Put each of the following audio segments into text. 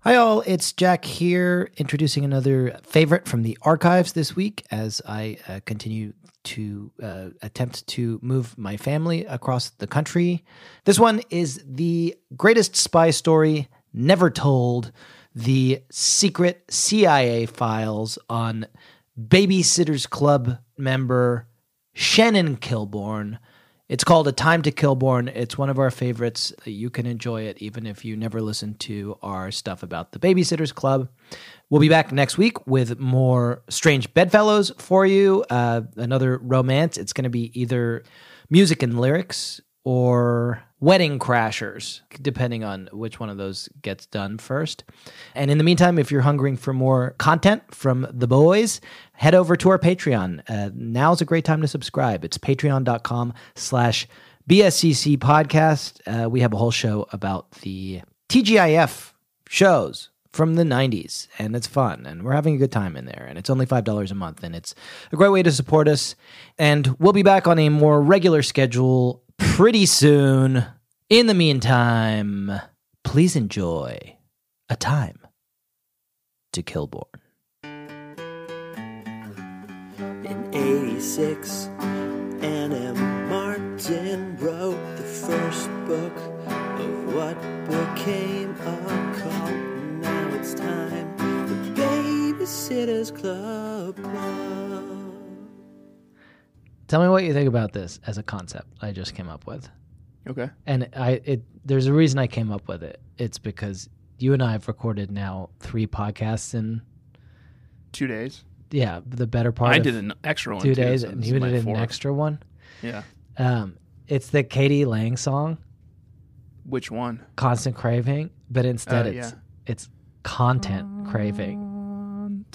Hi, all. It's Jack here, introducing another favorite from the archives this week as I uh, continue to uh, attempt to move my family across the country. This one is the greatest spy story never told the secret CIA files on Babysitters Club member Shannon Kilborn. It's called A Time to Kilborn. It's one of our favorites. You can enjoy it even if you never listened to our stuff about the Babysitters Club. We'll be back next week with more Strange Bedfellows for you, uh, another romance. It's going to be either music and lyrics or Wedding Crashers, depending on which one of those gets done first. And in the meantime, if you're hungering for more content from the boys, head over to our Patreon. Uh, now's a great time to subscribe. It's patreon.com slash BSCC podcast. Uh, we have a whole show about the TGIF shows from the 90s and it's fun and we're having a good time in there and it's only $5 a month and it's a great way to support us and we'll be back on a more regular schedule pretty soon in the meantime please enjoy a time to kilborn In 86, Anna Martin wrote the first book of what became a cult. Now it's time for Babysitters Club. tell me what you think about this as a concept i just came up with Okay. and i it there's a reason i came up with it it's because you and i have recorded now three podcasts in Two days. yeah the better part I of did an extra one. two too, days so and this you is my did an fourth. extra one Yeah. um it's the katie lang song Which one? constant craving, but instead Oh, it's yeah. it's content craving.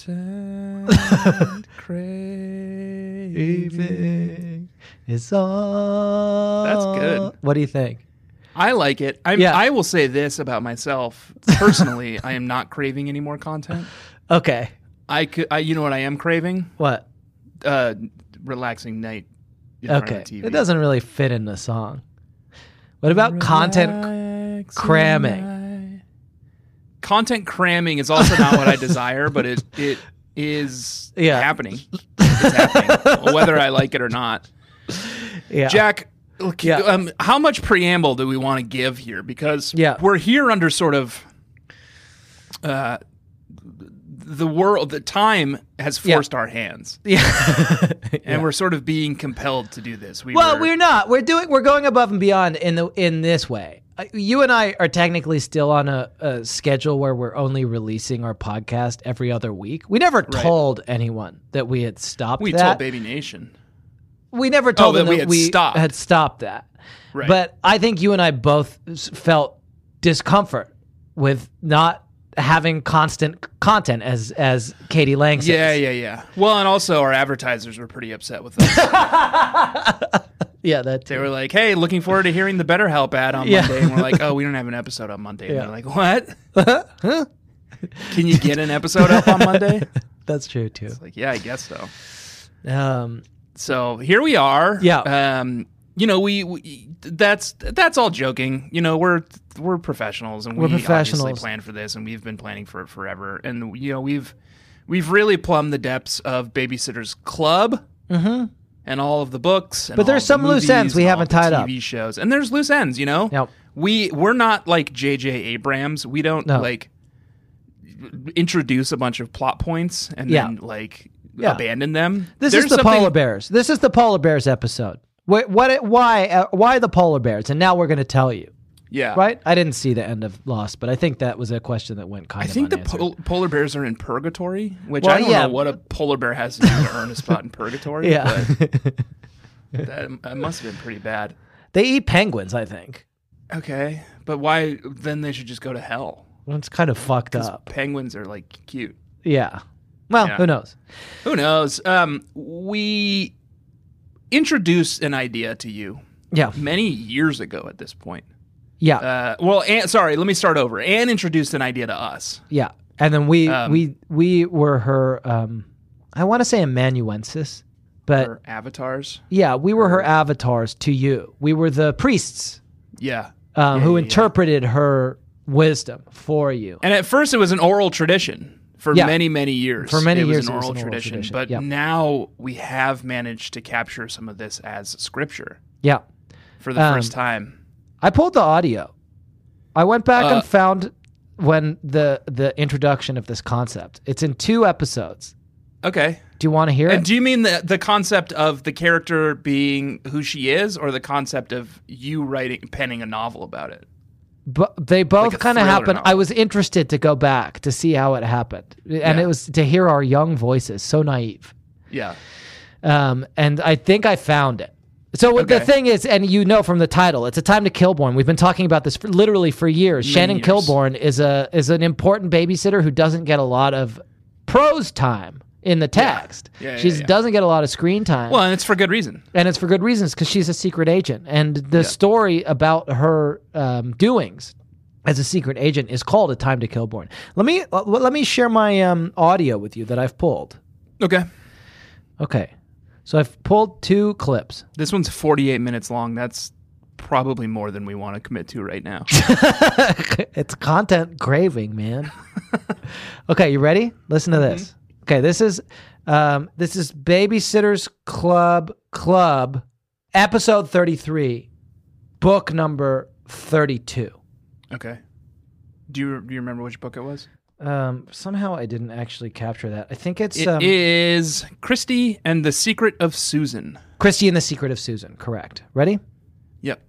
It's all good. What do you think? I like it. I'm, Yeah. I will say this about myself personally: I am not craving any more content. Okay. I could, I, you know what I am craving? What? Uh, relaxing night. in front of Okay. the TV. It doesn't really fit in the song. What about content? Relaxing cramming. night. Content cramming is also not what I desire, but it it is Yeah. happening. It's happening, whether I like it or not. Yeah. Jack, look, Yeah. um, how much preamble do we want to give here? Because Yeah. we're here under sort of uh, the world, the time has Yeah. forced our hands, Yeah. and we're sort of being compelled to do this. We well, were- we're not. We're doing. We're going above and beyond in the in this way. Uh, You and I are technically still on a, a schedule where we're only releasing our podcast every other week. We never told anyone that we had stopped. we that. told Baby Nation. we never told that them we that had we stopped. had stopped that. Right. But I think you and I both s- felt discomfort with not having constant c- content, as as Katie Lang says. Yeah, yeah, yeah. Well, and also our advertisers were pretty upset with us. yeah, that they were like, "Hey, looking forward to hearing the BetterHelp ad on Yeah. Monday," and we're like, "Oh, we don't have an episode on Monday." And Yeah. they're like, "What? Can you get an episode up on Monday?" that's true too. Like, yeah, I guess so. Um, So here we are. Yeah. Um, you know, we, we that's that's all joking. You know, we're we're professionals and We're we obviously professionals. planned for this and we've been planning for it forever. And you know, we've we've really plumbed the depths of Babysitters Club. Mm-hmm. And all of the books, and But there's all of the some loose movies ends we and all haven't of the tied up. TV shows, and there's loose ends, you know. Yep. We we're not like J.J. Abrams. We don't No. like introduce a bunch of plot points and Yeah. then like Yeah. abandon them. This There's is the something- polar bears. This is the polar bears episode. What? What? Why? Uh, why the polar bears? And now we're going to tell you, Yeah. right? I didn't see the end of Lost, but I think that was a question that went kind I of. think the unanswered. pol- polar bears are in purgatory, which Well, I don't yeah. know what a polar bear has to do to earn a spot in purgatory. Yeah, But that, that must have been pretty bad. they eat penguins. I think. Okay. But why? Then they should just go to hell. Well, It's kind of fucked up. Penguins are like cute. Yeah. Well, Yeah. who knows? Who knows? Um, we introduced an idea to you Yeah. many years ago at this point. Yeah. Uh, well, Anne, sorry, let me start over. Anne introduced an idea to us. yeah. And then we um, we we were her um I want to say amanuensis, but Her avatars. yeah, we were her avatars to you. We were the priests Yeah. um, Yeah, who yeah, yeah. interpreted her wisdom for you. And at first, it was an oral tradition for Yeah. many, many years. For many it years, was an oral, tradition. But Yep. now we have managed to capture some of this as scripture Yeah. for the Um, first time. I pulled the audio. I went back Uh, and found when the the introduction of this concept. It's in two episodes. Okay. Do you want to hear And it? do you mean the the concept of the character being who she is, or the concept of you writing penning a novel about it? But they both a kind of thriller happened. novel. I was interested to go back to see how it happened, and Yeah. it was to hear our young voices, so naive. Yeah. Um, and I think I found it. So what the Okay. thing is, and you know from the title, it's a time to Kilborn. We've been talking about this for, literally for years. Shannon years. Kilborn is a is an important babysitter who doesn't get a lot of prose time in the text. Yeah, yeah, she yeah. doesn't get a lot of screen time. Well, and it's for good reason. and it's for good reasons because she's a secret agent, and the story about her um, doings as a secret agent is called "A Time to Kilborn." Let me let- let me share my um, audio with you that I've pulled. Okay. Okay, so I've pulled two clips. This one's 48 minutes long. That's probably more than we want to commit to right now. it's content craving, man. okay, you ready? Listen to this. Mm-hmm. Okay, this is um, this is Babysitters Club Club, episode thirty three, book number thirty two. okay. Do you do you remember which book it was? Um, somehow I didn't actually capture that. I think it's It is um, Christie and the Secret of Susan. Christie and the Secret of Susan. Correct. Ready? Yep.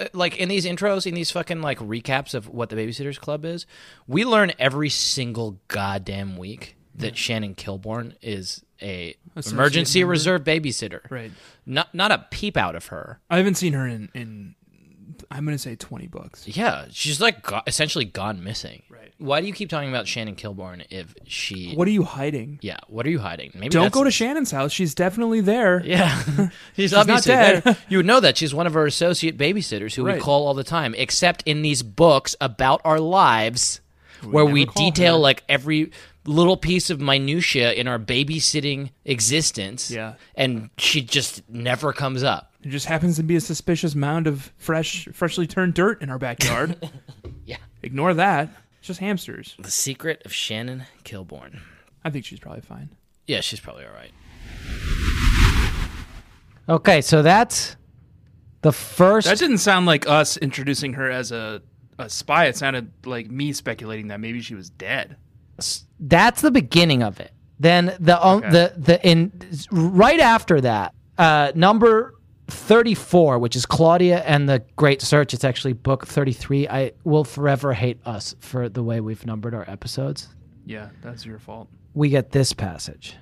uh, like in these intros, in these fucking like recaps of what the Babysitters Club is, we learn every single goddamn week that Shannon Kilborn is a Associate emergency member. reserve babysitter. Right. Not not a peep out of her. I haven't seen her in in I'm going to say 20 books. Yeah, she's like go- essentially gone missing. Right. Why do you keep talking about Shannon Kilborn if she? What are you hiding? yeah. What are you hiding? Maybe Don't that's- go to Shannon's house. She's definitely there. Yeah, she's, obviously dead. there. You would know that she's one of our associate babysitters who we Right. call all the time, except in these books about our lives, where we never call detail her. like every little piece of minutia in our babysitting existence. Yeah. and she just never comes up. There just happens to be a suspicious mound of fresh freshly turned dirt in our backyard. Yeah. Ignore that. It's just hamsters. The secret of Shannon Kilborn. I think she's probably fine. Yeah, she's probably all right. Okay, so that's the first. That didn't sound like us introducing her as a, a spy. It sounded like me speculating that maybe she was dead. that's the beginning of it. Then the um, Okay. the the in right after that, uh, number thirty four, which is Claudia and the Great Search. It's actually book thirty three. I will forever hate us for the way we've numbered our episodes. Yeah, that's your fault. We get this passage.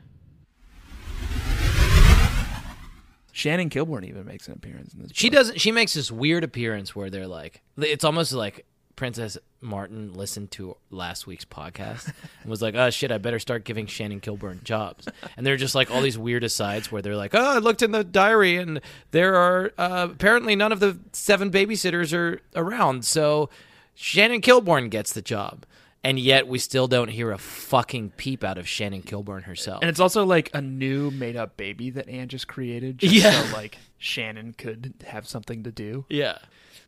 Shannon Kilborn even makes an appearance in this. She doesn't. She makes this weird appearance where they're like, it's almost like Princess Martin listened to last week's podcast and was like, oh shit, I better start giving Shannon Kilburn jobs. And they're just like all these weird asides where they're like, oh, I looked in the diary and there are uh, apparently none of the seven babysitters are around, so Shannon Kilburn gets the job. And yet we still don't hear a fucking peep out of Shannon Kilburn herself. And it's also like a new made up baby that Anne just created. Just Yeah. So like Shannon could have something to do. Yeah.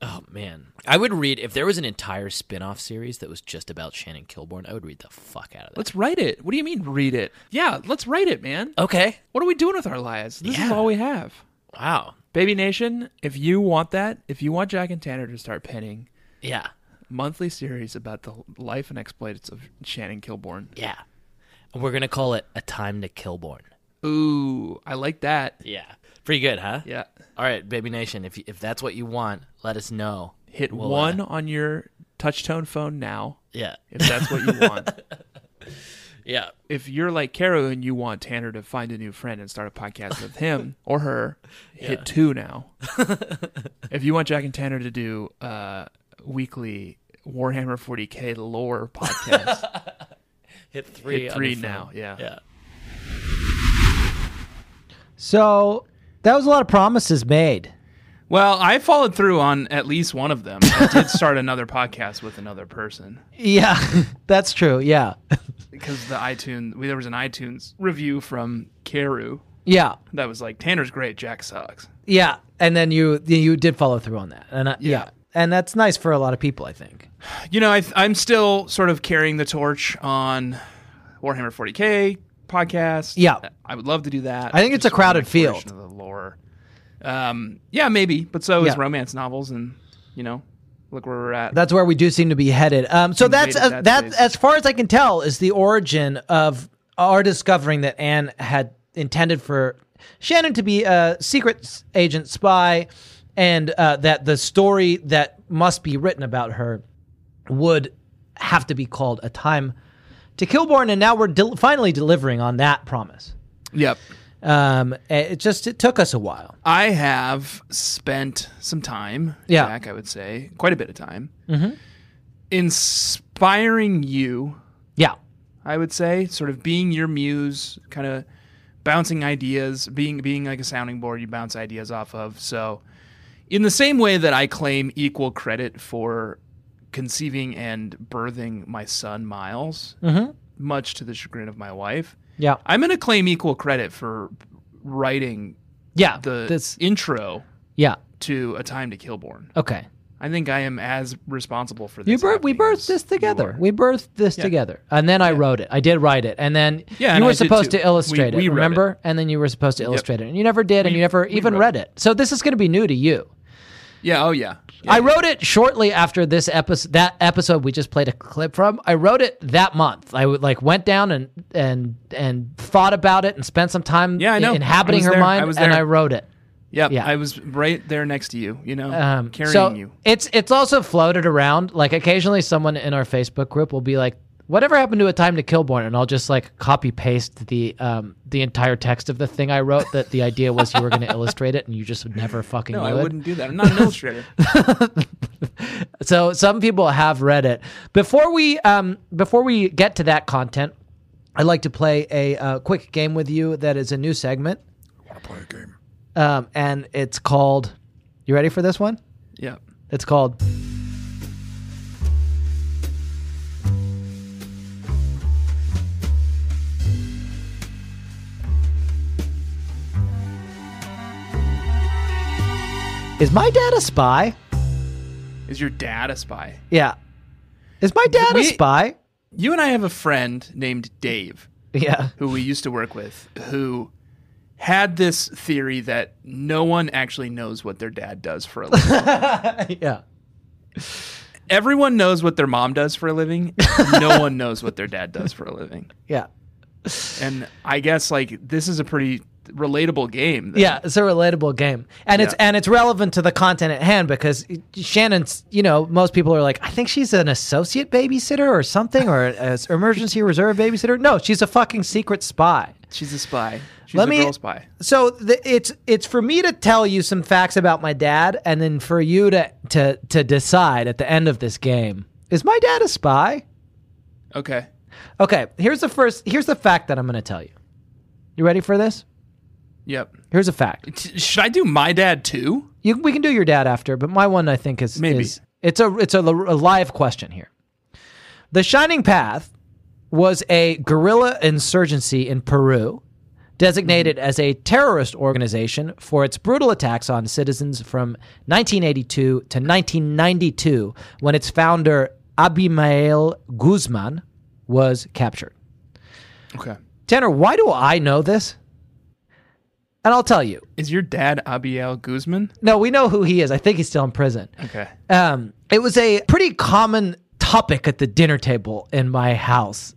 Oh man. I would read if there was an entire spin-off series that was just about Shannon Kilborn, I would read the fuck out of that. Let's write it. What do you mean read it? Yeah, let's write it, man. Okay. What are we doing with our lives? This is Yeah. all we have. Wow. Baby Nation, if you want that, if you want Jack and Tanner to start penning Yeah. monthly series about the life and exploits of Shannon Kilborn. Yeah. And we're going to call it A Time to Kilborn. Ooh, I like that. Yeah. Pretty good, huh? Yeah. All right, Baby Nation, if if that's what you want, let us know. Hit We'll, uh, one on your touchtone phone now Yeah. if that's what you want. Yeah. If you're like Caro and you want Tanner to find a new friend and start a podcast with him or her, hit two now. if you want Jack and Tanner to do uh, weekly Warhammer 40k lore podcast, Hit 3 hit on three your phone. now. Yeah. Yeah. So that was a lot of promises made. Well, I followed through on at least one of them. I did start another podcast with another person. Yeah, that's true. Yeah. because the iTunes we- there was an iTunes review from Carew Yeah. that was like Tanner's great, Jack sucks. Yeah. And then you you did follow through on that. And I, yeah. And that's nice for a lot of people, I think. You know, I, I'm still sort of carrying the torch on Warhammer 40k podcast. Yeah. I would love to do that. I think it's a Just more crowded exploration field. of the lore. Um, yeah, maybe, but so is Yeah. romance novels, and you know, look where we're at. That's where we do seem to be headed. Um, so that's Invaded uh, that that space. as far as I can tell is the origin of our discovering that Anne had intended for Shannon to be a secret s- agent spy, and uh, that the story that must be written about her would have to be called a time to Kilborn, and now we're del- finally delivering on that promise. yep. Um, it just it took us a while. I have spent some time, Yeah. Mm-hmm. Jack, I would say, quite a bit of time, inspiring you, Yeah, I would say, sort of being your muse, kind of bouncing ideas, being being like a sounding board you bounce ideas off of. So, in the same way that I claim equal credit for conceiving and birthing my son Miles, Mm-hmm. much to the chagrin of my wife, yeah, I'm going to claim equal credit for writing yeah. the this, intro yeah. to A Time to Killborn. Okay. I think I am as responsible for this. You birth, we happening birthed as this together. you We birthed this together, and then I wrote it. I did write it, and then Yeah, you and were I did supposed too. to illustrate We- we it. read Remember, and then you were supposed to illustrate it, and you never did, and you never even wrote read it. So this is going to be new to you. are. Yeah. Oh yeah. Yeah. I wrote it shortly after this episode. That episode we just played a clip from. I wrote it that month. I would like went down and and and thought about it and spent some time Yeah, I in- know. I inhabiting was her there. mind, I was and there. I wrote it. Yep, yeah. I was right there next to you. You know, Um, carrying so you. It's it's also floated around. Like occasionally, someone in our Facebook group will be like, "Whatever happened to a time to Killborn?" And I'll just like copy paste the um the entire text of the thing I wrote. That the idea was you were going to illustrate it, and you just never fucking No, knew I it. wouldn't do that. I'm not an illustrator. So some people have read it. Before we um, before we get to that content, I'd like to play a uh, quick game with you. That is a new segment. Want to play a game? Um, and it's called. You ready for this one? Yep. It's called. Is my dad a spy? Is your dad a spy? Yeah. Is my dad a We- spy? You and I have a friend named Dave Yeah. who we used to work with who had this theory that no one actually knows what their dad does for a living. yeah. Everyone knows what their mom does for a living. No one knows what their dad does for a living. Yeah. And I guess like this is a pretty relatable game. that- Yeah, it's a relatable game. And it's Yeah. and it's relevant to the content at hand because Shannon's, you know, most people are like, I think she's an associate babysitter or something or an emergency reserve babysitter. No, she's a fucking secret spy. She's a spy. She's Let a me- girl spy. So the, it's it's for me to tell you some facts about my dad and then for you to to to decide at the end of this game, is my dad a spy? Okay. Okay, here's the first here's the fact that I'm going to tell you. You ready for this? Yep. Here's a fact. T- should I do my dad too? You, we can do your dad after, but my one I think is Maybe. is- it's a it's a, a live question here. The Shining Path was a guerrilla insurgency in Peru, designated as a terrorist organization for its brutal attacks on citizens from 1982 to 1992, when its founder Abimael Guzman was captured. Okay. Tanner, why do I know this? And I'll tell you. Is your dad Abiel Guzman? No, we know who he is. I think he's still in prison. Okay. Um, it was a pretty common topic at the dinner table in my house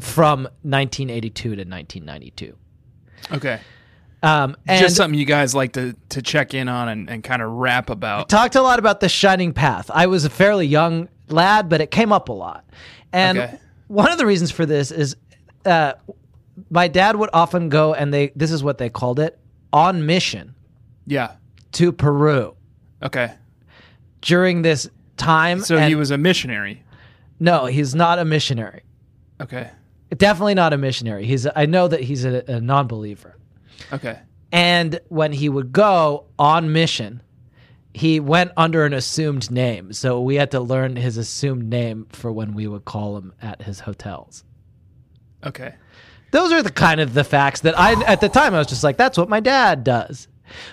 from 1982 to 1992. Okay. Um, and Just something you guys like to, to check in on and, and kind of rap about. talked a lot about the shining path. I was a fairly young lad, but it came up a lot. And Okay. one of the reasons for this is uh, my dad would often go, and they this is what they called it on mission Yeah. to Peru Okay. during this time. So and- he was a missionary. no, he's not a missionary. Okay. Definitely not a missionary. He's I know that he's a, a non-believer. Okay. And when he would go on mission, he went under an assumed name. So we had to learn his assumed name for when we would call him at his hotels. Okay. Those are the kind of the facts that I at the time I was just like, that's what my dad does.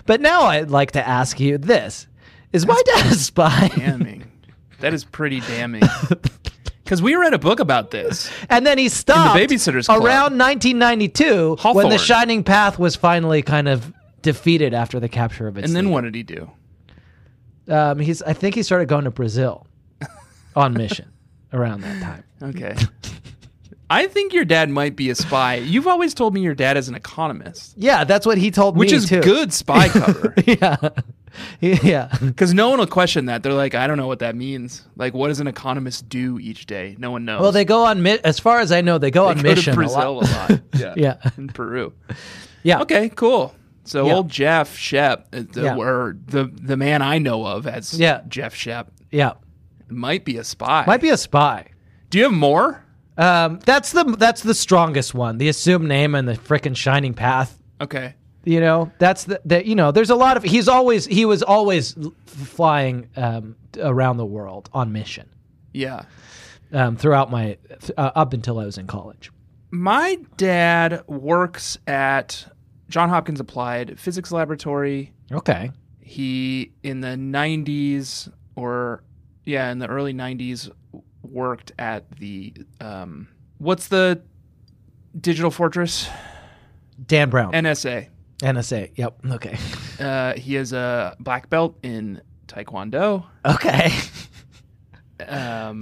But now I'd like to ask you this: Is my dad a spy? damning. That is pretty damning. Because we read a book about this. And then he stopped Babysitter's Club. around 1992 when Hawthorne. The Shining Path was finally kind of defeated after the capture of its. And then lead. what did he do? Um, he's I think he started going to Brazil on mission around that time. Okay. I think your dad might be a spy. You've always told me your dad is an economist, Yeah, that's what he told which me is too. good spy cover. Yeah, yeah. Because no one will question that. They're like, I don't know what that means. Like, what does an economist do each day? No one knows. Well, they go on mi- as far as I know, they go They on go mission. to a Brazil lot. Yeah. Yeah. In Peru. Yeah. Okay, cool. So Yeah. old Jeff Shep, uh, the, Yeah. or the the man I know of as Yeah. Jeff Shep, Yeah. might be a spy. Might be a spy. Do you have more? Um, that's the that's the strongest one. The assumed name and the frickin' shining path. Okay. You know, that's the, the you know. There's a lot of he's always he was always l- flying um, around the world on mission Yeah. um, throughout my th- uh, up until I was in college. My dad works at John Hopkins Applied Physics Laboratory. Okay. He in the 90s or yeah, in the early 90s worked at the um what's the Digital Fortress? Dan Brown, NSA. NSA. Yep. Okay. Uh, he is a black belt in Taekwondo. Okay. Um,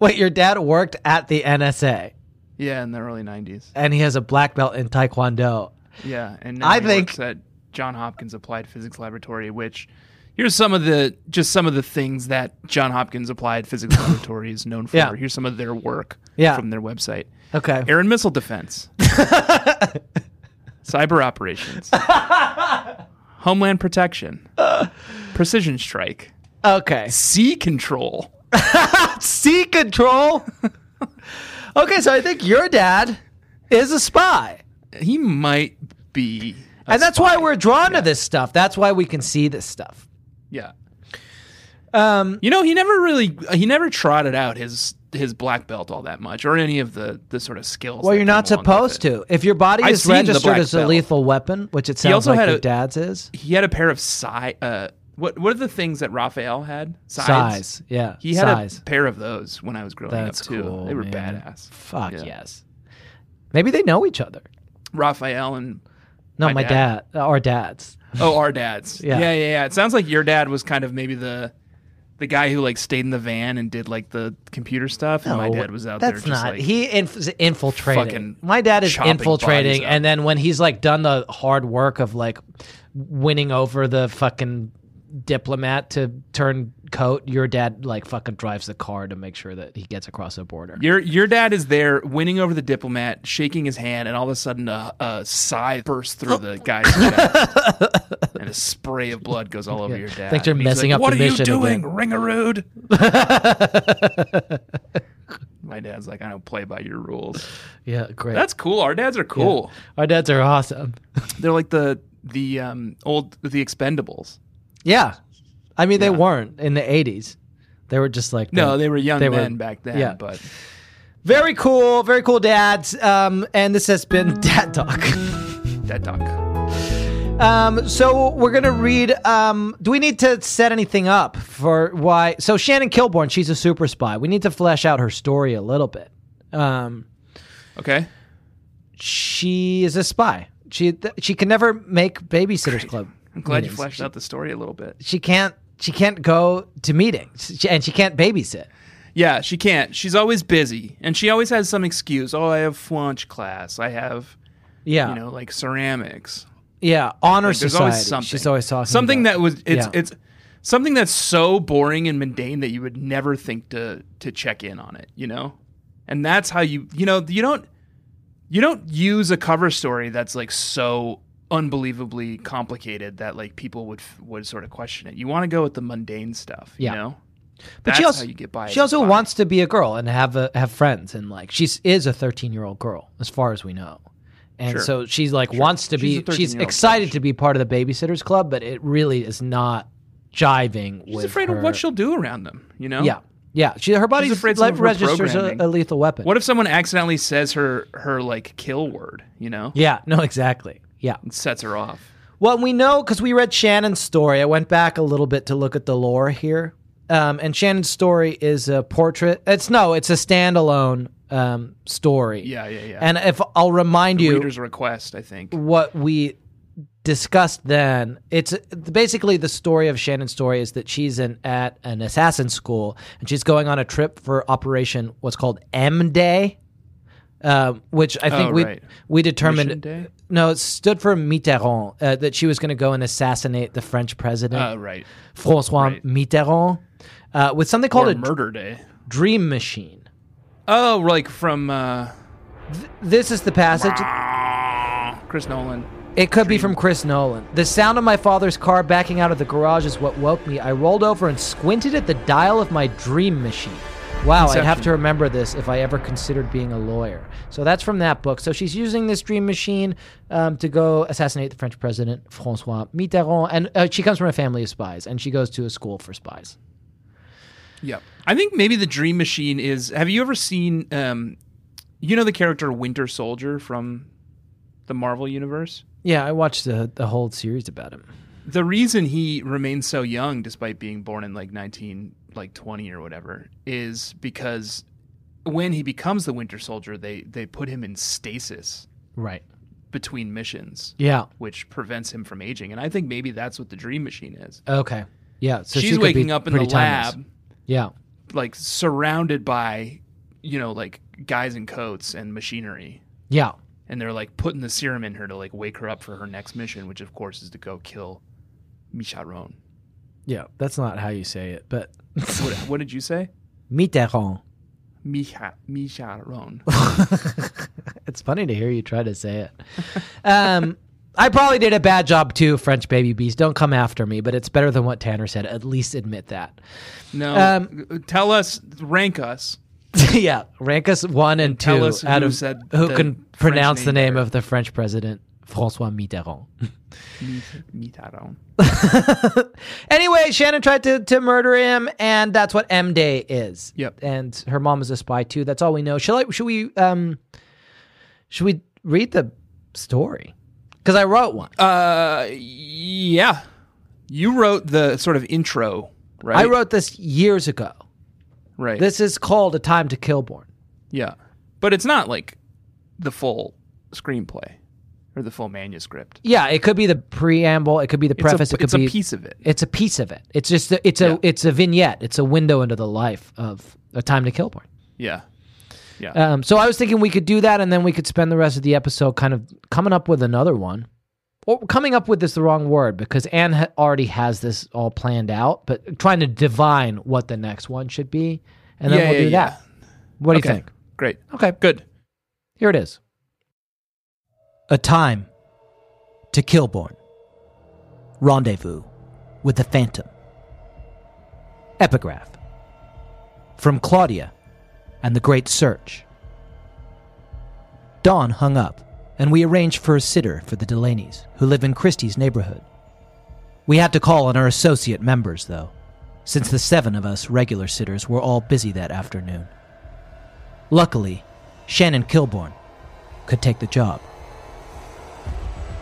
Wait, your dad worked at the NSA yeah, in the early '90s. and he has a black belt in Taekwondo. Yeah, and now I he think- works at John Hopkins Applied Physics Laboratory. Which here's some of the just some of the things that John Hopkins Applied Physics Laboratory is known for. Yeah. Here's some of their work Yeah. from their website: Okay. air and missile defense, cyber operations, homeland protection, precision strike, Okay. sea control. Sea control. okay, so I think your dad is a spy. He might be. a and that's why we're drawn to this stuff. That's why we can see this stuff. Yeah. Um, You know, he never really he never trotted out his his black belt all that much or any of the the sort of skills. well, that you're not come along with supposed it. to. If your body I've is seen the registered black as a belt. lethal weapon, which it sounds also like had your a- dad's is, He had a pair of size. Uh, what what are the things that Raphael had? Sides? size. Yeah. He had size. a pair of those when I was growing That's up too. cool, they were man. badass. Fuck Yeah. yes. Maybe they know each other. Raphael and No, My my, dad. dad. Our dads. oh our dads. Yeah. yeah, yeah, yeah. It sounds like your dad was kind of maybe the the guy who like stayed in the van and did like the computer stuff, and my No, dad was out That's there. Just not. like, he inf- is infiltrating. fucking My dad is chopping bodies infiltrating, up. and then when he's like done the hard work of like winning over the fucking diplomat to turn coat, your dad like fucking drives the car to make sure that he gets across the border. Your your dad is there, winning over the diplomat, shaking his hand, and all of a sudden a, a sigh bursts through the guy's chest, and a spray of blood goes all over your dad. Thanks for And he's messing like, up What the are you mission doing, again." Ringarood? My dad's like, I don't play by your rules. Yeah, great. That's cool. Our dads are cool. Our dads are awesome. They're like the the um old the Expendables. Yeah, I mean they weren't in the eighties. They were just like No, the- they were young They were- men back then. yeah. but very cool, very cool dads. Um, and this has been Dad Talk. that duck. Um, so we're gonna read. Um, do we need to set anything up for why? So Shannon Kilborn, she's a super spy. We need to flesh out her story a little bit. Um, Okay. she is a spy. She th- she can never make Babysitters Club. I'm glad you meetings. fleshed out the story a little bit. She can't. She can't go to meetings, She- and she can't babysit. Yeah, she can't. She's always busy, and she always has some excuse. Oh, I have French class. I have, Yeah, you know, like ceramics. yeah. Honor There's society. always something. She's always talking something about- that was. It's yeah. it's something that's so boring and mundane that you would never think to to check in on it. You know, and that's how you you know you don't you don't use a cover story that's like so unbelievably complicated that like people would would sort of question it. You want to go with the mundane stuff. Yeah. You know, But that's she also, how you get by. as She a also spy. wants to be a girl and have a, have friends and like she's is a thirteen year old girl as far as we know, and Sure. so she's like wants to She's a be. She's 13-year-old excited to be part of the babysitters club, but it really is not jiving She's with afraid her. of what she'll do around them. You know. Yeah, Yeah, she her body's afraid some like of her registers a, programming. a lethal weapon. What if someone accidentally says her her like kill word? You know, yeah, no, exactly. Yeah. It sets her off. Well, we know because we read Shannon's story. I went back a little bit to look at the lore here, um, and Shannon's story is a portrait. It's no, it's a standalone um, story. Yeah, yeah, yeah. And if I'll remind you, Reader's request, I think. what we discussed then it's basically the story of shannon's story is that she's an, at an assassin school and she's going on a trip for operation what's called m day um, which i think Oh, we right. we determined Mission Day? no it stood for mitterrand uh, that she was going to go and assassinate the french president Uh, right. francois right. mitterrand uh, with something called Or a Murder Day. dream machine Oh, like from uh, this is the passage Chris Nolan. It could be from Chris Nolan. The sound of my father's car backing out of the garage is what woke me. I rolled over and squinted at the dial of my dream machine. Wow, I'd have Inception. to remember this if I ever considered being a lawyer. So that's from that book. So she's using this dream machine um, to go assassinate the French president, Francois Mitterrand. And uh, she comes from a family of spies, and she goes to a school for spies. Yep. I think maybe the Dream Machine is. Have you ever seen? Um, you know the character Winter Soldier from the Marvel universe. Yeah, I watched the, the whole series about him. The reason he remains so young, despite being born in like nineteen, like twenty or whatever, is because when he becomes the Winter Soldier, they they put him in stasis Right. between missions, Yeah. which prevents him from aging. And I think maybe that's what the Dream Machine is. Okay. Yeah. So she She's could be waking up in the pretty timeless. lab. Yeah. like surrounded by you know like guys in coats and machinery Yeah. and they're like putting the serum in her to like wake her up for her next mission which of course is to go kill Micharon. Yeah. That's not how you say it, but. What, what did you say? Mitterrand. Micha Micharon. it's funny to hear you try to say it. Um, I probably did a bad job too, French baby bees. Don't come after me, but it's better than what Tanner said. At least admit that. No. Um, g- tell us rank us. yeah, rank us one and tell two us out who of said who the can French pronounce the name name of the French president Francois Mitterrand. Mi- Micharon. anyway, Shannon tried to, to murder him, and that's what M Day is. Yep. And her mom is a spy too. That's all we know. Shall I, should we um should we read the story? Because I wrote one. Uh yeah. You wrote the sort of intro, right? I wrote this years ago. right. This is called A Time to Killborn. Yeah. But it's not like the full screenplay or the full manuscript. Yeah, it could be the preamble, it could be the It's a- preface, it could it's be a piece of it. It's a piece of it. It's just a, it's a Yeah. it's a vignette. It's a window into the life of A Time to Killborn. Yeah. Yeah. Um, so I was thinking we could do that, and then we could spend the rest of the episode kind of coming up with another one. Or coming up with is the wrong word because Anne ha- already has this all planned out, but trying to divine what the next one should be, and then Yeah, we'll yeah, do yeah. that. What do Okay. you think? Great. Okay, Good. Here it is. A time to Kilborn. Rendezvous with the Phantom. Epigraph. From Claudia and the Great Search. Dawn hung up, and we arranged for a sitter for the Delanys, who live in Christie's neighborhood. We had to call on our associate members, though, since the seven of us regular sitters were all busy that afternoon. Luckily, Shannon Kilborn could take the job.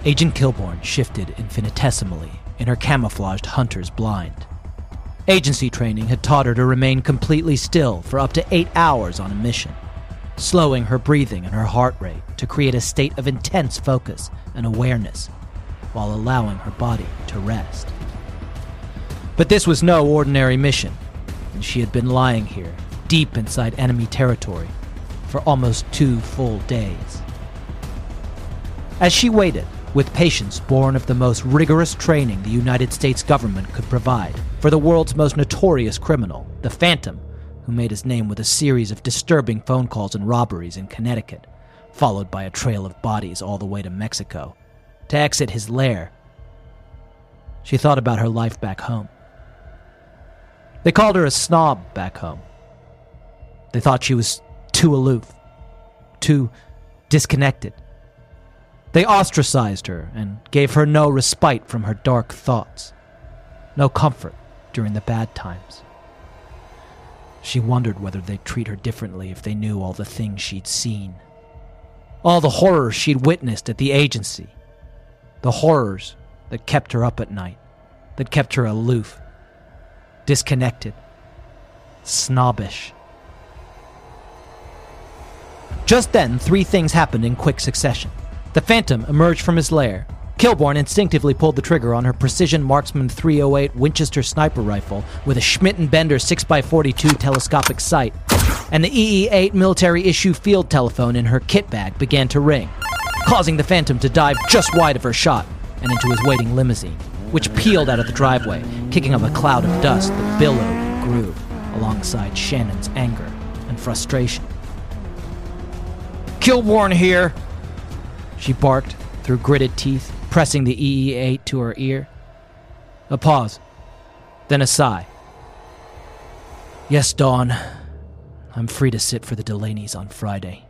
Agent Kilborn shifted infinitesimally in her camouflaged hunter's blind. Agency training had taught her to remain completely still for up to eight hours on a mission, slowing her breathing and her heart rate to create a state of intense focus and awareness while allowing her body to rest. But this was no ordinary mission, and she had been lying here, deep inside enemy territory, for almost two full days. As she waited, with patience born of the most rigorous training the United States government could provide, for the world's most notorious criminal, the Phantom, who made his name with a series of disturbing phone calls and robberies in Connecticut, followed by a trail of bodies all the way to Mexico, to exit his lair. She thought about her life back home. They called her a snob back home. They thought she was too aloof, too disconnected. They ostracized her and gave her no respite from her dark thoughts, no comfort during the bad times. She wondered whether they'd treat her differently if they knew all the things she'd seen. All the horrors she'd witnessed at the agency. The horrors that kept her up at night, that kept her aloof, disconnected, snobbish. Just then, three things happened in quick succession. The Phantom emerged from his lair. Kilborn instinctively pulled the trigger on her precision marksman 308 Winchester sniper rifle with a Schmidt and Bender 6x42 telescopic sight, and the EE 8 military issue field telephone in her kit bag began to ring, causing the Phantom to dive just wide of her shot and into his waiting limousine, which peeled out of the driveway, kicking up a cloud of dust that billowed and grew alongside Shannon's anger and frustration. Kilborn here, she barked through gritted teeth, pressing the EE 8 to her ear. A pause, then a sigh. Yes, Dawn. I'm free to sit for the Delaney's on Friday.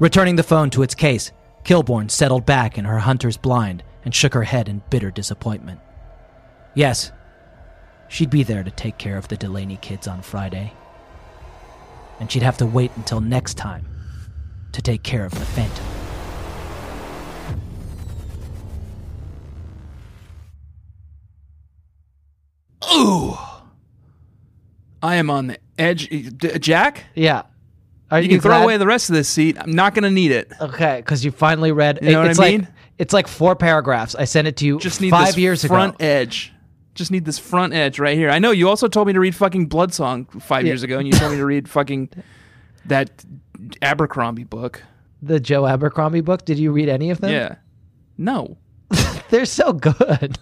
Returning the phone to its case, Kilborn settled back in her hunter's blind and shook her head in bitter disappointment. Yes, she'd be there to take care of the Delaney kids on Friday. And she'd have to wait until next time to take care of the Phantom. Ooh. I am on the edge. D- Jack, Yeah. Are you, can throw away the rest of this seat. I'm not going to need it. Okay, because you finally read. You know what it's I like mean? it's like four paragraphs. I sent it to you Just need five this years front ago. edge. Just need this front edge right here. I know you also told me to read fucking Blood Song five years ago, and you told me to read fucking that Abercrombie book. The Joe Abercrombie book. Did you read any of them? Yeah. No. they're so good.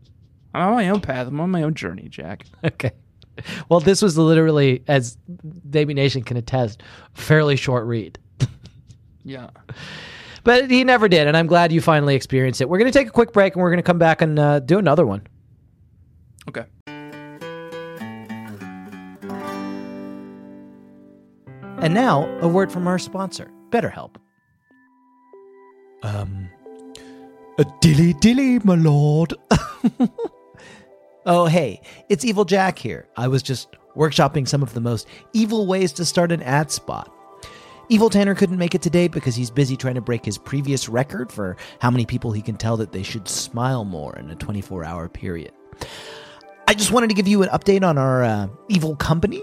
I'm on my own path. I'm on my own journey, Jack. okay. Well, this was literally, as Baby Nation can attest, fairly short read. Yeah. But he never did, and I'm glad you finally experienced it. We're going to take a quick break, and we're going to come back and uh, do another one. Okay. And now, a word from our sponsor, BetterHelp. Um, a dilly dilly, my lord. oh, hey, it's Evil Jack here. I was just workshopping some of the most evil ways to start an ad spot. Evil Tanner couldn't make it today because he's busy trying to break his previous record for how many people he can tell that they should smile more in a 24 hour period. I just wanted to give you an update on our uh, evil company,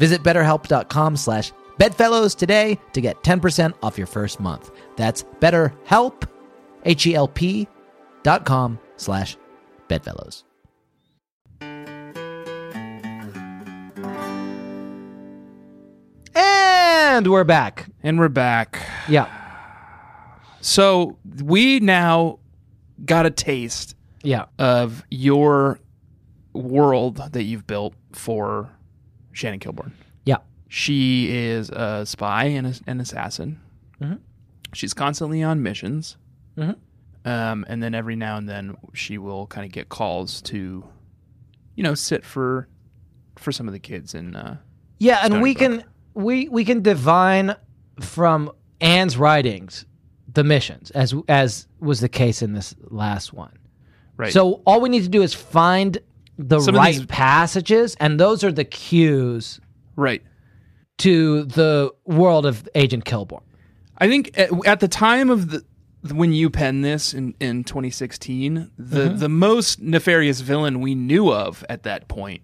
Visit betterhelp.com slash bedfellows today to get 10% off your first month. That's betterhelp, H-E-L-P dot com slash bedfellows. And we're back. And we're back. Yeah. So we now got a taste Yeah. of your world that you've built for Shannon Kilborn. Yeah. She is a spy and a, an assassin. Mm-hmm. Mhm. She's constantly on missions. Mhm. Um, and then every now and then she will kind of get calls to, you know, sit for for some of the kids and uh, Yeah, and Stony we Brook. can we we can divine from Anne's writings the missions as as was the case in this last one. Right. So all we need to do is find the Some of right these- passages, and those are the cues right. to the world of Agent Kilborn. I think at, at the time of the when you penned this in, in 2016, the, the most nefarious villain we knew of at that point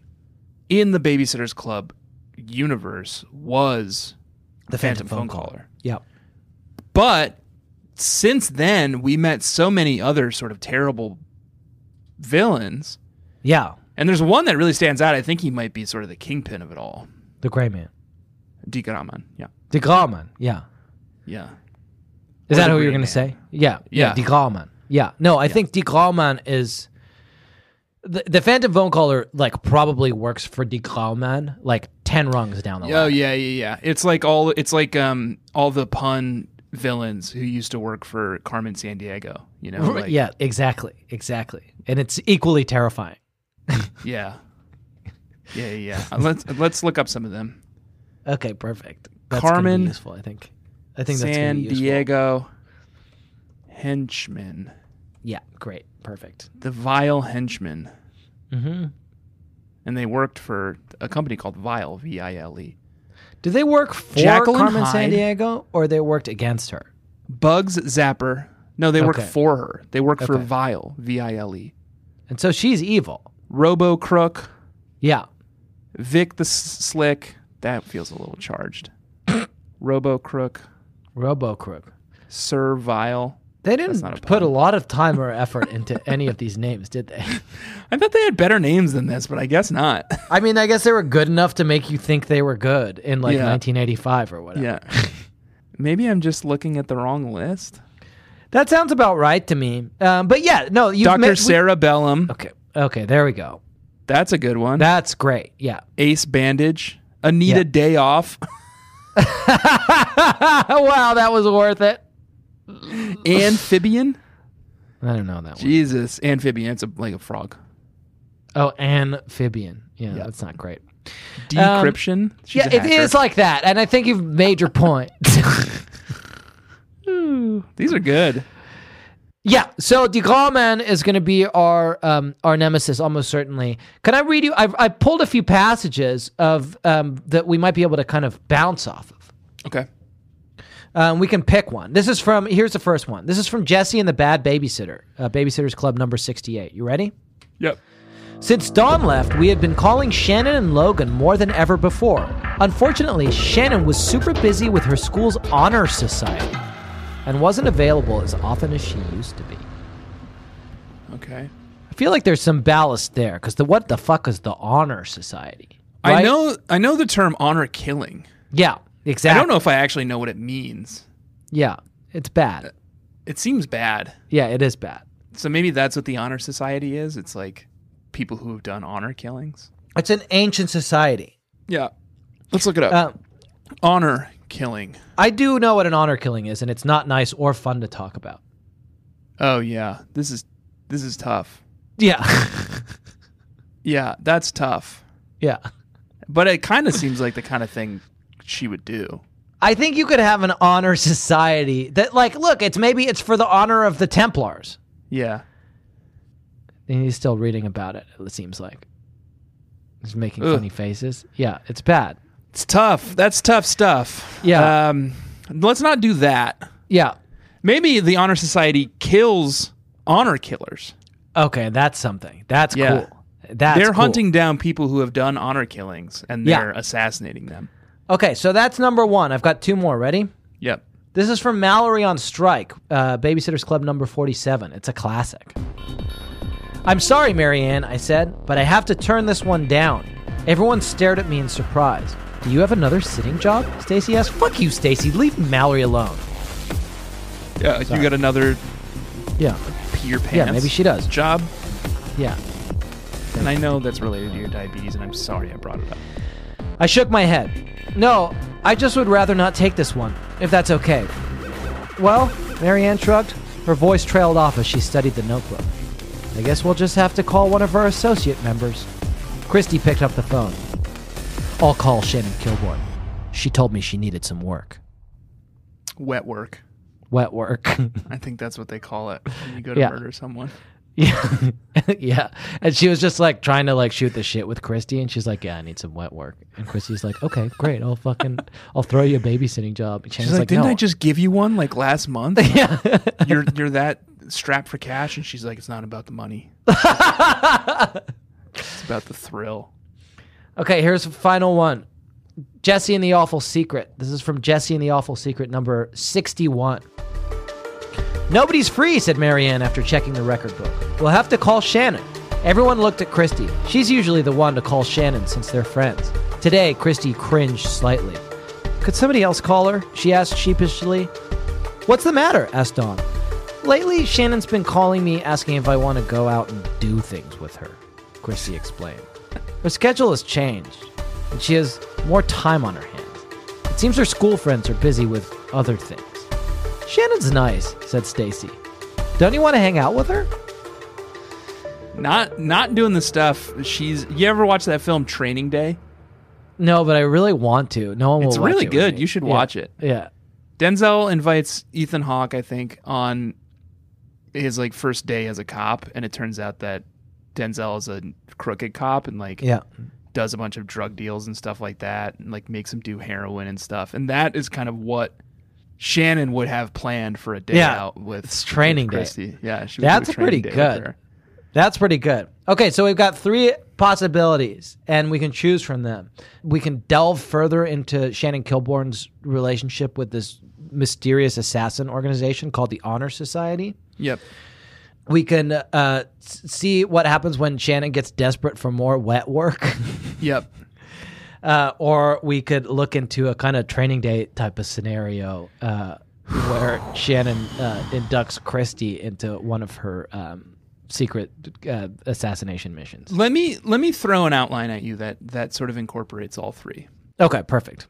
in the Babysitters Club universe was The Phantom, Phone Caller. Yep. But since then, we met so many other sort of terrible villains. Yeah. And there's one that really stands out. I think he might be sort of the kingpin of it all. The Gray Man. Deacon Raman. Yeah. De Grauman. Yeah. Yeah. Is Or that the who Grey you're going Man. to say? Yeah. Yeah. Die Grauman. Yeah. No, I think Die Grauman is. The, the Phantom Phone Caller, like, probably works for Die Grauman, like, 10 rungs down the Oh line. yeah, yeah, yeah. It's like all it's like um all the pun villains who used to work for Carmen San Diego, you know? Right, like- yeah, exactly. Exactly. And it's equally terrifying. Yeah. Yeah, yeah, yeah. Uh, let's let's look up some of them. Okay, perfect. That's gonna be Carmen useful, I think. I think that's gonna San be useful. Diego henchman. Yeah, great. Perfect. The Vile Henchmen. Mm-hmm. And they worked for a company called Vile, V I L E. Do they work for Jacqueline Carmen Hyde. San Diego or they worked against her? Bugs Zapper. No, they work Okay. for her. They work for Okay. Vile, V I L E. And so she's evil. Robo Crook, Yeah. Vic the S- Slick. That feels a little charged. Robo Crook, Robo Crook. Sir Vile. They not a didn't put a pun. lot of time or effort into any of these names, did they? I thought they had better names than this, but I guess not. I mean, I guess they were good enough to make you think they were good in like Yeah. 1985 or whatever. yeah. Maybe I'm just looking at the wrong list. That sounds about right to me. Um, but yeah, no, you Dr. Sarah Bellum. Okay. Okay, there we go. That's a good one. That's great. Yeah. Ace Bandage. Anita Yeah. Day Off. wow, that was worth it. Amphibian. I don't know that one. Jesus. Amphibian. It's a, like a frog. Oh, amphibian. Yeah, that's not great. Decryption. She's Um, yeah, a it hacker. is like that, and I think you've made your point. These are good. yeah, so De Man is going to be our um, our nemesis almost certainly. Can I read you? I've, I pulled a few passages of um, that we might be able to kind of bounce off of. Okay. Um, we can pick one. This is from here's the first one. This is from Jesse and the Bad Babysitter, uh, Babysitters Club number sixty eight. You ready? Yep. Since Dawn left, we had been calling Shannon and Logan more than ever before. Unfortunately, Shannon was super busy with her school's honor society and wasn't available as often as she used to be. Okay. I feel like there's some ballast there because the what the fuck is the honor society? I right? know I know the term honor killing. Yeah, I exactly. don't know if I actually know what it means. Yeah, it's bad. It seems bad. Yeah, it is bad. So maybe that's what the honor society is. It's like people who have done honor killings. It's an ancient society. Yeah. Let's look it up. Um, honor killing. I do know what an honor killing is, and it's not nice or fun to talk about. Oh yeah. This is this is tough. Yeah. Yeah, that's tough. yeah. But it kind of seems like the kind of thing she would do. I think you could have an honor society that, like, look, it's maybe it's for the honor of the Templars. Yeah. And he's still reading about it, it seems like. He's making Ugh. funny faces. Yeah, it's bad. It's tough. That's tough stuff. Yeah. Um let's not do that. Yeah. Maybe the honor society kills honor killers. Okay, that's something. That's Yeah. cool. That's they're cool. hunting down people who have done honor killings and Yeah. they're assassinating them. Okay, so that's number one. I've got two more. Ready? Yep. This is from Mallory on Strike, uh, Babysitter's Club number 47. It's a classic. I'm sorry, Marianne, I said, but I have to turn this one down. Everyone stared at me in surprise. Do you have another sitting job? Stacy asked. Fuck you, Stacy. Leave Mallory alone. Yeah, you got another Yeah. peer pants. Yeah, maybe she does. Job, Yeah. and I know that's related to your diabetes, and I'm sorry I brought it up. I shook my head. No, I just would rather not take this one, if that's okay. Well, Marianne shrugged. Her voice trailed off as she studied the notebook. I guess we'll just have to call one of our associate members. Christy picked up the phone. I'll call Shannon Kilborn. She told me she needed some work. Wet work. Wet work. I think that's what they call it when you go to Yeah. murder someone. yeah. yeah. And she was just like trying to like shoot the shit with Christy and she's like, Yeah, I need some wet work. And Christy's like, Okay, great, I'll fucking I'll throw you a babysitting job. And Shannon's She's like, didn't no. I just give you one like last month? Yeah. you're you're that strapped for cash, and she's like, it's not about the money. it's about the thrill. Okay, here's the final one. Jesse and the Awful Secret. This is from Jesse and the Awful Secret number 61. Nobody's free, said Marianne after checking the record book. We'll have to call Shannon. Everyone looked at Christy. She's usually the one to call Shannon since they're friends. Today, Christy cringed slightly. Could somebody else call her? She asked sheepishly. What's the matter? asked Dawn. Lately, Shannon's been calling me asking if I want to go out and do things with her, Christy explained. Her schedule has changed, and she has more time on her hands. It seems her school friends are busy with other things. Shannon's nice, said Stacy. Don't you want to hang out with her? Not not doing the stuff. She's. You ever watch that film Training Day? No, but I really want to. No one will. It's watch really it with good. me. You should Yeah. watch it. Yeah. Denzel invites Ethan Hawke, I think, on his like first day as a cop, and it turns out that Denzel is a crooked cop and like Yeah. does a bunch of drug deals and stuff like that, and like makes him do heroin and stuff. And that is kind of what Shannon would have planned for a day Yeah. out with It's training with day. Christy. Yeah, she would do That's a training pretty day with good. her. That's pretty good. Okay, so we've got three possibilities, and we can choose from them. We can delve further into Shannon Kilborn's relationship with this mysterious assassin organization called the Honor Society. Yep. We can uh, s- see what happens when Shannon gets desperate for more wet work, Yep. uh, or we could look into a kind of training day type of scenario uh, where Shannon uh, inducts Christie into one of her um, secret uh, assassination missions. Let me let me throw an outline at you that that sort of incorporates all three. Okay, perfect.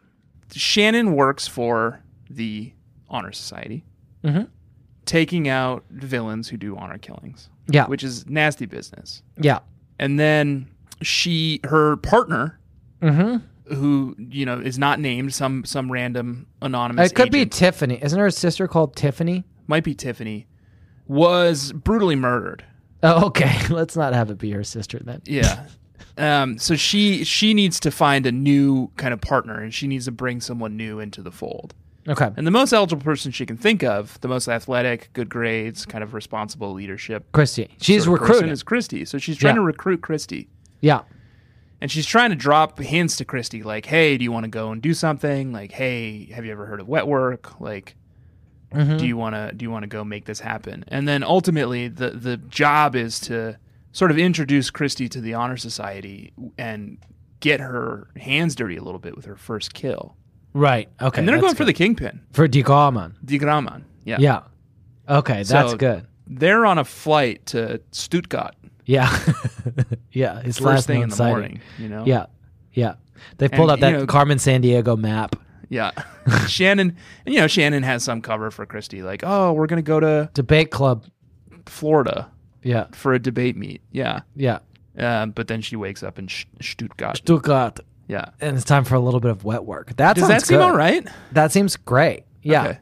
Shannon works for the honor society, Mhm. taking out villains who do honor killings, Yeah. which is nasty business. yeah. And then she, her partner, Mm-hmm. who you know is not named, some some random anonymous. It could be agent, Tiffany. Isn't her sister called Tiffany? might be Tiffany, was brutally murdered. Oh, okay. Let's not have it be her sister then. Yeah. um, so she she needs to find a new kind of partner, and she needs to bring someone new into the fold. Okay. And the most eligible person she can think of, the most athletic, good grades, kind of responsible leadership. Christy. She's sort of person recruiting. Is Christy. So she's trying Yeah. to recruit Christy. yeah. And she's trying to drop hints to Christy, like, hey, do you want to go and do something? Like, hey, have you ever heard of wet work? Like, Mm-hmm. do you want to do you want to go make this happen? And then ultimately, the the job is to sort of introduce Christy to the honor society and get her hands dirty a little bit with her first kill. Right. Okay. And they're that's going for the good. kingpin, for Digraman. Digraman. Yeah. Yeah. Okay, So- that's good. They're on a flight to Stuttgart Yeah. yeah. His last first thing known in the sighting. morning, you know. Yeah. Yeah. They've pulled And, out that you know- Carmen San Diego map Yeah. Shannon, and you know, Shannon has some cover for Christy, like, oh, we're going to go to debate club. Florida Yeah. for a debate meet. Yeah. Yeah. Um, but then she wakes up in Sh- Stuttgart. Stuttgart. yeah. And it's time for a little bit of wet work. That Does sounds that seem good. all right? That seems great. Yeah. Okay.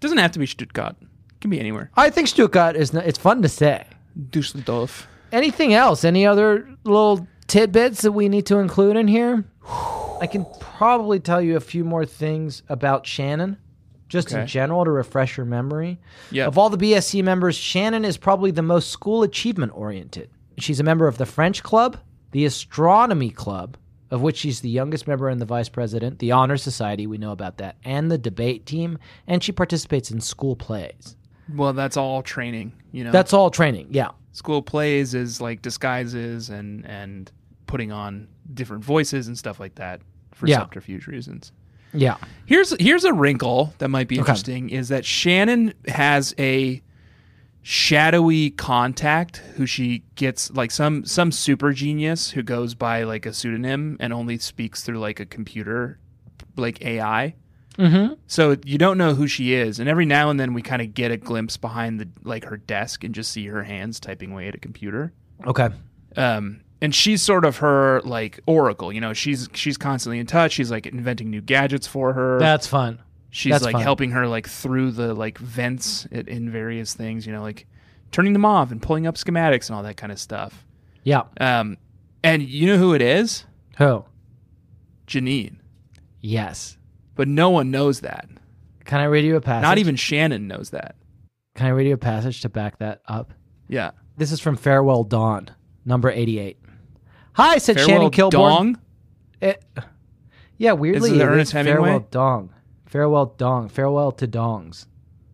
Doesn't have to be Stuttgart. Can be anywhere. I think Stuttgart is n- it's fun to say. Dusseldorf. anything else? Any other little tidbits that we need to include in here? I can probably tell you a few more things about Shannon, just in Okay. general to refresh your memory. Yeah. Of all the BSC members, Shannon is probably the most school achievement oriented. She's a member of the French Club, the Astronomy Club, of which she's the youngest member and the vice president, the Honor Society, we know about that, and the debate team, and she participates in school plays. well, that's all training, you know. That's all training, yeah. school plays is like disguises and and putting on different voices and stuff like that for Yeah. subterfuge reasons. Yeah. Here's here's a wrinkle that might be interesting is that Shannon has a shadowy contact who she gets like some some super genius who goes by like a pseudonym and only speaks through like a computer like AI. Mm-hmm. So you don't know who she is and every now and then we kind of get a glimpse behind the like her desk and just see her hands typing away at a computer. Okay. Um and she's sort of her like oracle. You know, she's she's constantly in touch. She's like inventing new gadgets for her. That's fun. she's that's like fun. helping her like through the like vents it, in various things. You know, like turning them off and pulling up schematics and all that kind of stuff. Yeah. Um, and you know who it is? Who? Janine. Yes. But no one knows that. Can I read you a passage? Not even Shannon knows that. Can I read you a passage to back that up? Yeah. This is from Farewell Dawn, number 88. Hi, said Farewell Shannon Kilborn. Dong. Eh, yeah, weirdly, Is it it Ernest reads Hemingway? Farewell Dong. Farewell Dong. Farewell to Dongs.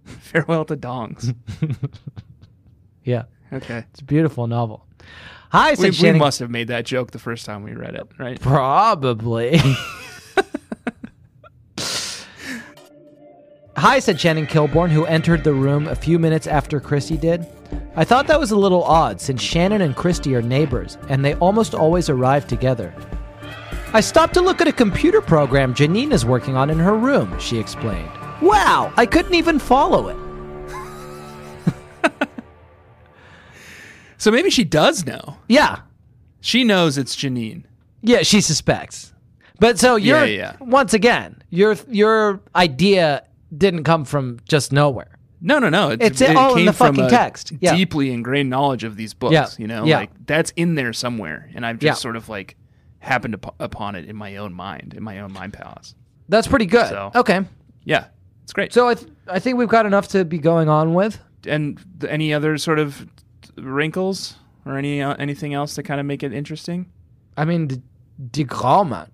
Farewell to Dongs. Yeah, Okay. it's a beautiful novel. Hi, said We, we Shannon. must have made that joke the first time we read it, right? Probably. Hi, said Shannon Kilborn, who entered the room a few minutes after Christy did. I thought that was a little odd, since Shannon and Christy are neighbors, and they almost always arrive together. I stopped to look at a computer program Janine is working on in her room, she explained. Wow, I couldn't even follow it. So maybe she does know. Yeah, She knows it's Janine. Yeah, she suspects. But so you're yeah. once again, your your idea didn't come from just nowhere. No, no, no. It's all in came the from fucking a text. Yeah. Deeply ingrained knowledge of these books. Yeah. You know, Yeah. like that's in there somewhere, and I've just Yeah. sort of like happened up- upon it in my own mind, in my own mind palace. That's pretty good. So- Okay. Yeah, it's great. So I th- I think we've got enough to be going on with. and th- any other sort of wrinkles or any uh, anything else to kind of make it interesting? I mean, d- de Grauman.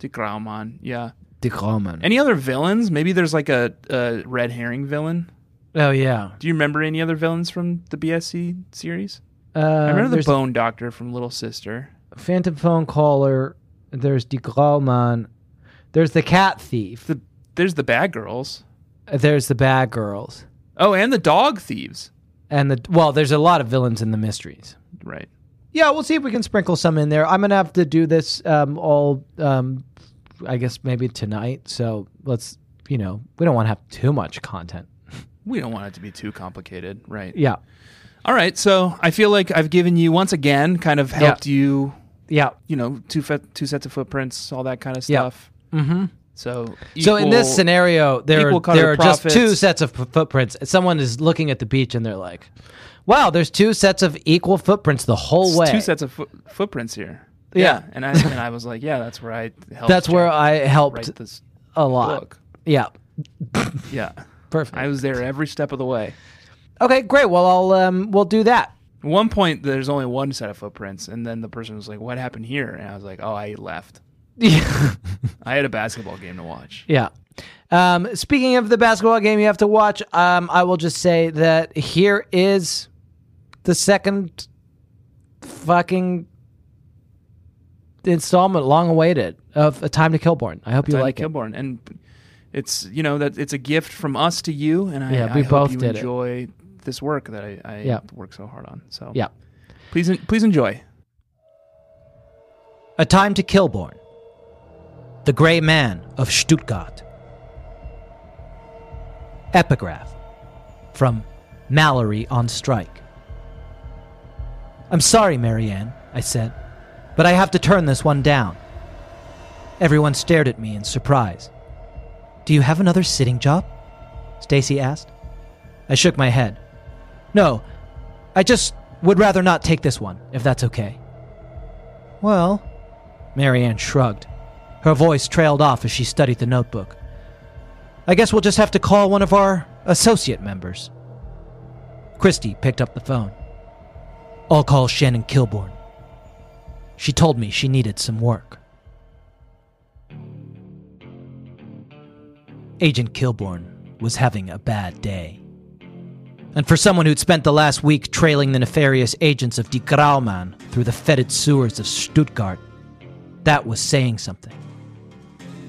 De Grauman, yeah. De Grauman. Any other villains? Maybe there's like a, a red herring villain. oh yeah. Do you remember any other villains from the BSC series? Uh, I remember the there's Bone Doctor from Little Sister. Phantom phone caller. There's de Grauman. There's the cat thief. The there's the Bad Girls. There's the bad girls. Oh, and the Dog Thieves. And the well, there's a lot of villains in the mysteries. Right. Yeah, we'll see if we can sprinkle some in there. I'm gonna have to do this um, all, um, I guess maybe tonight. So let's, you know, we don't want to have too much content. We don't want it to be too complicated, right? Yeah, All right. So I feel like I've given you once again, kind of helped you, yeah. you know, two fe- two sets of footprints, all that kind of Yeah. stuff. Mm-hmm. So So in this equal- scenario, there equal are, cut there are of just two profits. sets of p- footprints. Someone is looking at the beach and they're like, "Wow, there's two sets of equal footprints the whole It's way." two sets of foot footprints here. Yeah. and I and I was like, yeah, that's where I helped. That's where Jack I helped write this a lot. book. Yeah, Yeah, perfect. I was there every step of the way. okay, great. Well, I'll um, we'll do that. At one point, there's only one set of footprints, and then the person was like, "What happened here?" And I was like, "Oh, I left. I had a basketball game to watch." Yeah. Um, speaking of the basketball game you have to watch, um, I will just say that here is the second fucking installment, long awaited, of A Time to Killborn. I hope you Tiny like it. Kilborn, and it's you know that it's a gift from us to you, and I, Yeah, I we hope both you did it. enjoy this work that I, I Yeah. work so hard on. So Yeah. please en- please enjoy. A Time to Kilborn. The Grey Man of Stuttgart. Epigraph from Mallory on Strike. I'm sorry, Marianne, I said, but I have to turn this one down. Everyone stared at me in surprise. Do you have another sitting job? Stacy asked. I shook my head. No, I just would rather not take this one, if that's okay. Well, Marianne shrugged. Her voice trailed off as she studied the notebook. I guess we'll just have to call one of our associate members. Christy picked up the phone. I'll call Shannon Kilborn. She told me she needed some work. Agent Kilborn was having a bad day. And for someone who'd spent the last week trailing the nefarious agents of Die Graumann through the fetid sewers of Stuttgart, that was saying something.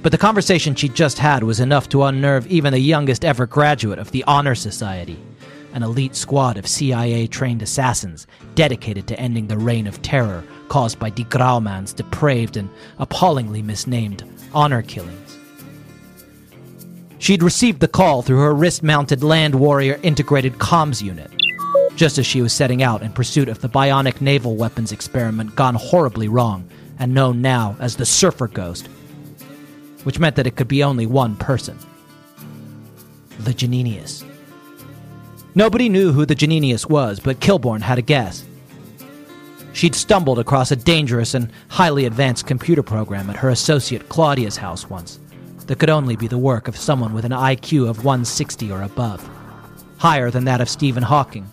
But the conversation she just had was enough to unnerve even the youngest ever graduate of the Honor Society, an elite squad of CIA trained assassins dedicated to ending the reign of terror caused by Die Graumann's depraved and appallingly misnamed honor killings. She'd received the call through her wrist mounted Land Warrior integrated comms unit. just as she was setting out in pursuit of the bionic naval weapons experiment gone horribly wrong and known now as the Surfer Ghost, which meant that it could be only one person the Janinius. Nobody knew who the Janinius was, but Kilborn had a guess. She'd stumbled across a dangerous and highly advanced computer program at her associate Claudia's house once that could only be the work of someone with an IQ of 160 or above, higher than that of Stephen Hawking,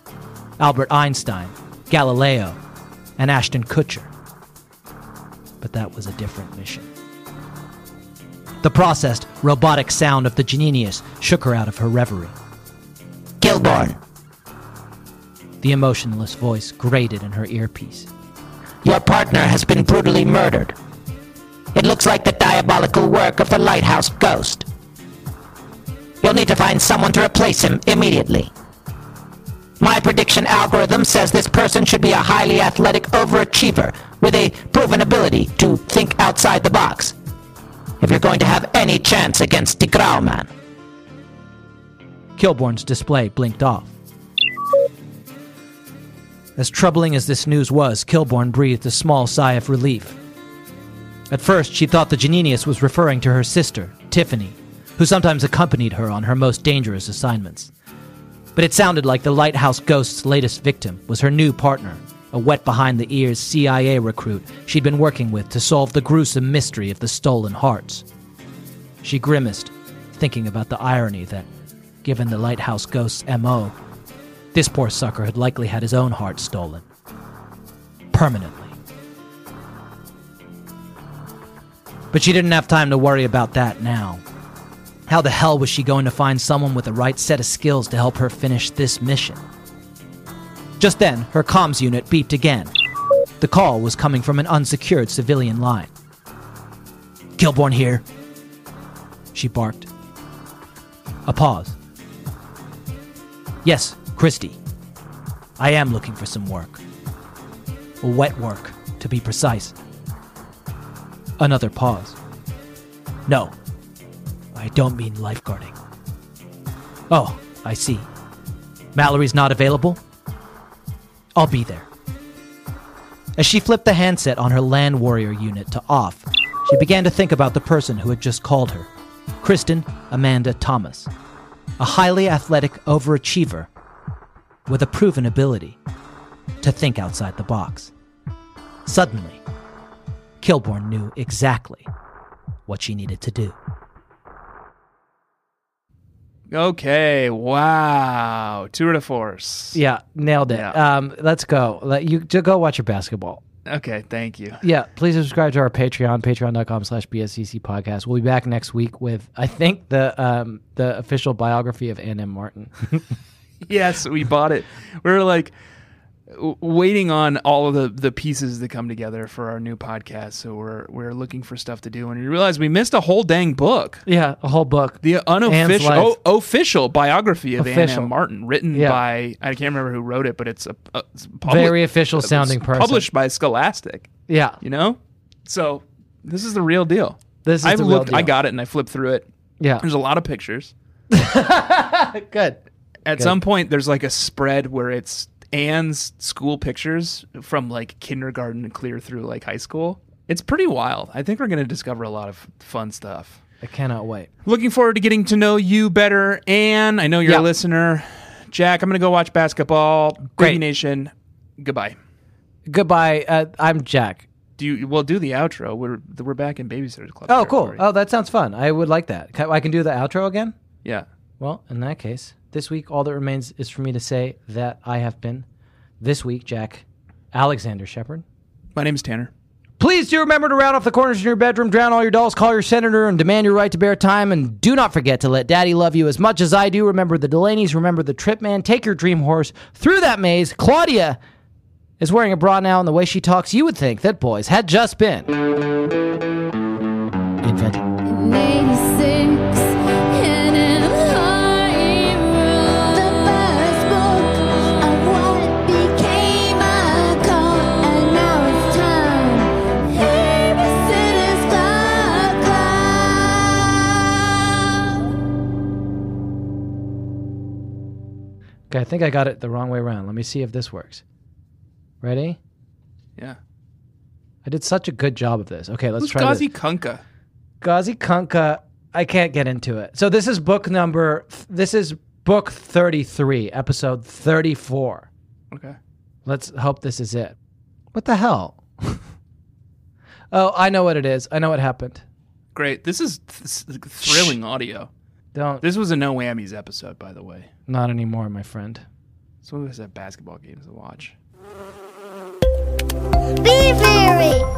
Albert Einstein, Galileo, and Ashton Kutcher. But that was a different mission. The processed, robotic sound of the Janinius shook her out of her reverie. Kilborn, The emotionless voice grated in her earpiece. your partner has been brutally murdered. It looks like the diabolical work of the lighthouse ghost. You'll need to find someone to replace him immediately. My prediction algorithm says this person should be a highly athletic overachiever with a proven ability to think outside the box. If you're going to have any chance against the Grauman. Kilborn's display blinked off. As troubling as this news was, Kilborn breathed a small sigh of relief. At first, she thought the Janinius was referring to her sister, Tiffany, who sometimes accompanied her on her most dangerous assignments. But it sounded like the lighthouse ghost's latest victim was her new partner, a wet behind the ears CIA recruit she'd been working with to solve the gruesome mystery of the stolen hearts. She grimaced, thinking about the irony that, given the lighthouse ghost's MO, this poor sucker had likely had his own heart stolen. Permanently. But she didn't have time to worry about that now. How the hell was she going to find someone with the right set of skills to help her finish this mission? Just then, her comms unit beeped again. The call was coming from an unsecured civilian line. Kilborn here, she barked. A pause. Yes, Christy. I am looking for some work. Wet work, to be precise. Another pause. No, I don't mean lifeguarding. Oh, I see. Mallory's not available? I'll be there. As she flipped the handset on her Land Warrior unit to off, she began to think about the person who had just called her Kristen Amanda Thomas, a highly athletic overachiever with a proven ability to think outside the box. Suddenly, Kilborn knew exactly what she needed to do. Okay. Wow. Tour de force. Yeah, nailed it. Yeah. Um, let's go. Let you to go watch your basketball. Okay. Thank you. Yeah, please subscribe to our Patreon, patreon.com slash BSCC podcast. We'll be back next week with, I think, the um, the official biography of Ann M. Martin. yes, we bought it. We were like w- waiting on all of the, the pieces to come together for our new podcast. So we're we're looking for stuff to do, and we realized we missed a whole dang book. yeah, a whole book. The Anne's unofficial, life. o- official biography of Anne Official. M. Martin, written Yeah. by I can't remember who wrote it, but it's a, a- it's publi- Very official it's sounding person. published by Scholastic. Yeah. You know, so this is the real deal. This is I've the real looked, I deal. got it, and I flipped through it. Yeah. There's a lot of pictures. Good. At some point, there's like a spread where it's Anne's school pictures from like kindergarten and clear through like high school. It's pretty wild. I think we're going to discover a lot of fun stuff. I cannot wait. Looking forward to getting to know you better, Anne. I know you're Yeah. a listener. Jack, I'm going to go watch basketball. Great. Baby Nation. Goodbye. Goodbye. Uh, I'm Jack. Do you? We'll do the outro. We're we're back in Babysitters Club. Oh, cool. territory. Oh, that sounds fun. I would like that. Can, I can do the outro again? Yeah. Well, in that case, this week, all that remains is for me to say that I have been, this week, Jack Alexander Shepard. My name is Tanner. Please do remember to round off the corners in your bedroom, drown all your dolls, call your senator, and demand your right to bear time. And do not forget to let daddy love you as much as I do. Remember the Delaney's, remember the trip man. Take your dream horse through that maze. Claudia is wearing a bra now, and the way she talks, you would think that boys had just been invented. In 86, and in the first book of what became a cult, and now it's time. Babysitter's Club, club. Okay. Okay, I think I got it the wrong way around. Let me see if this works. Ready? Yeah. I did such a good job of this. Okay, let's Who's try Gazi Gazi? Kunkka? Gazi Kunkka. I can't get into it. So this is book number. This is book thirty-three, episode thirty-four. Okay. Let's hope this is it. What the hell? oh, I know what it is. I know what happened. Great. This is th- th- thrilling audio. Don't. This was a no whammies episode, by the way. Not anymore, my friend. So we was at basketball games to watch. Be very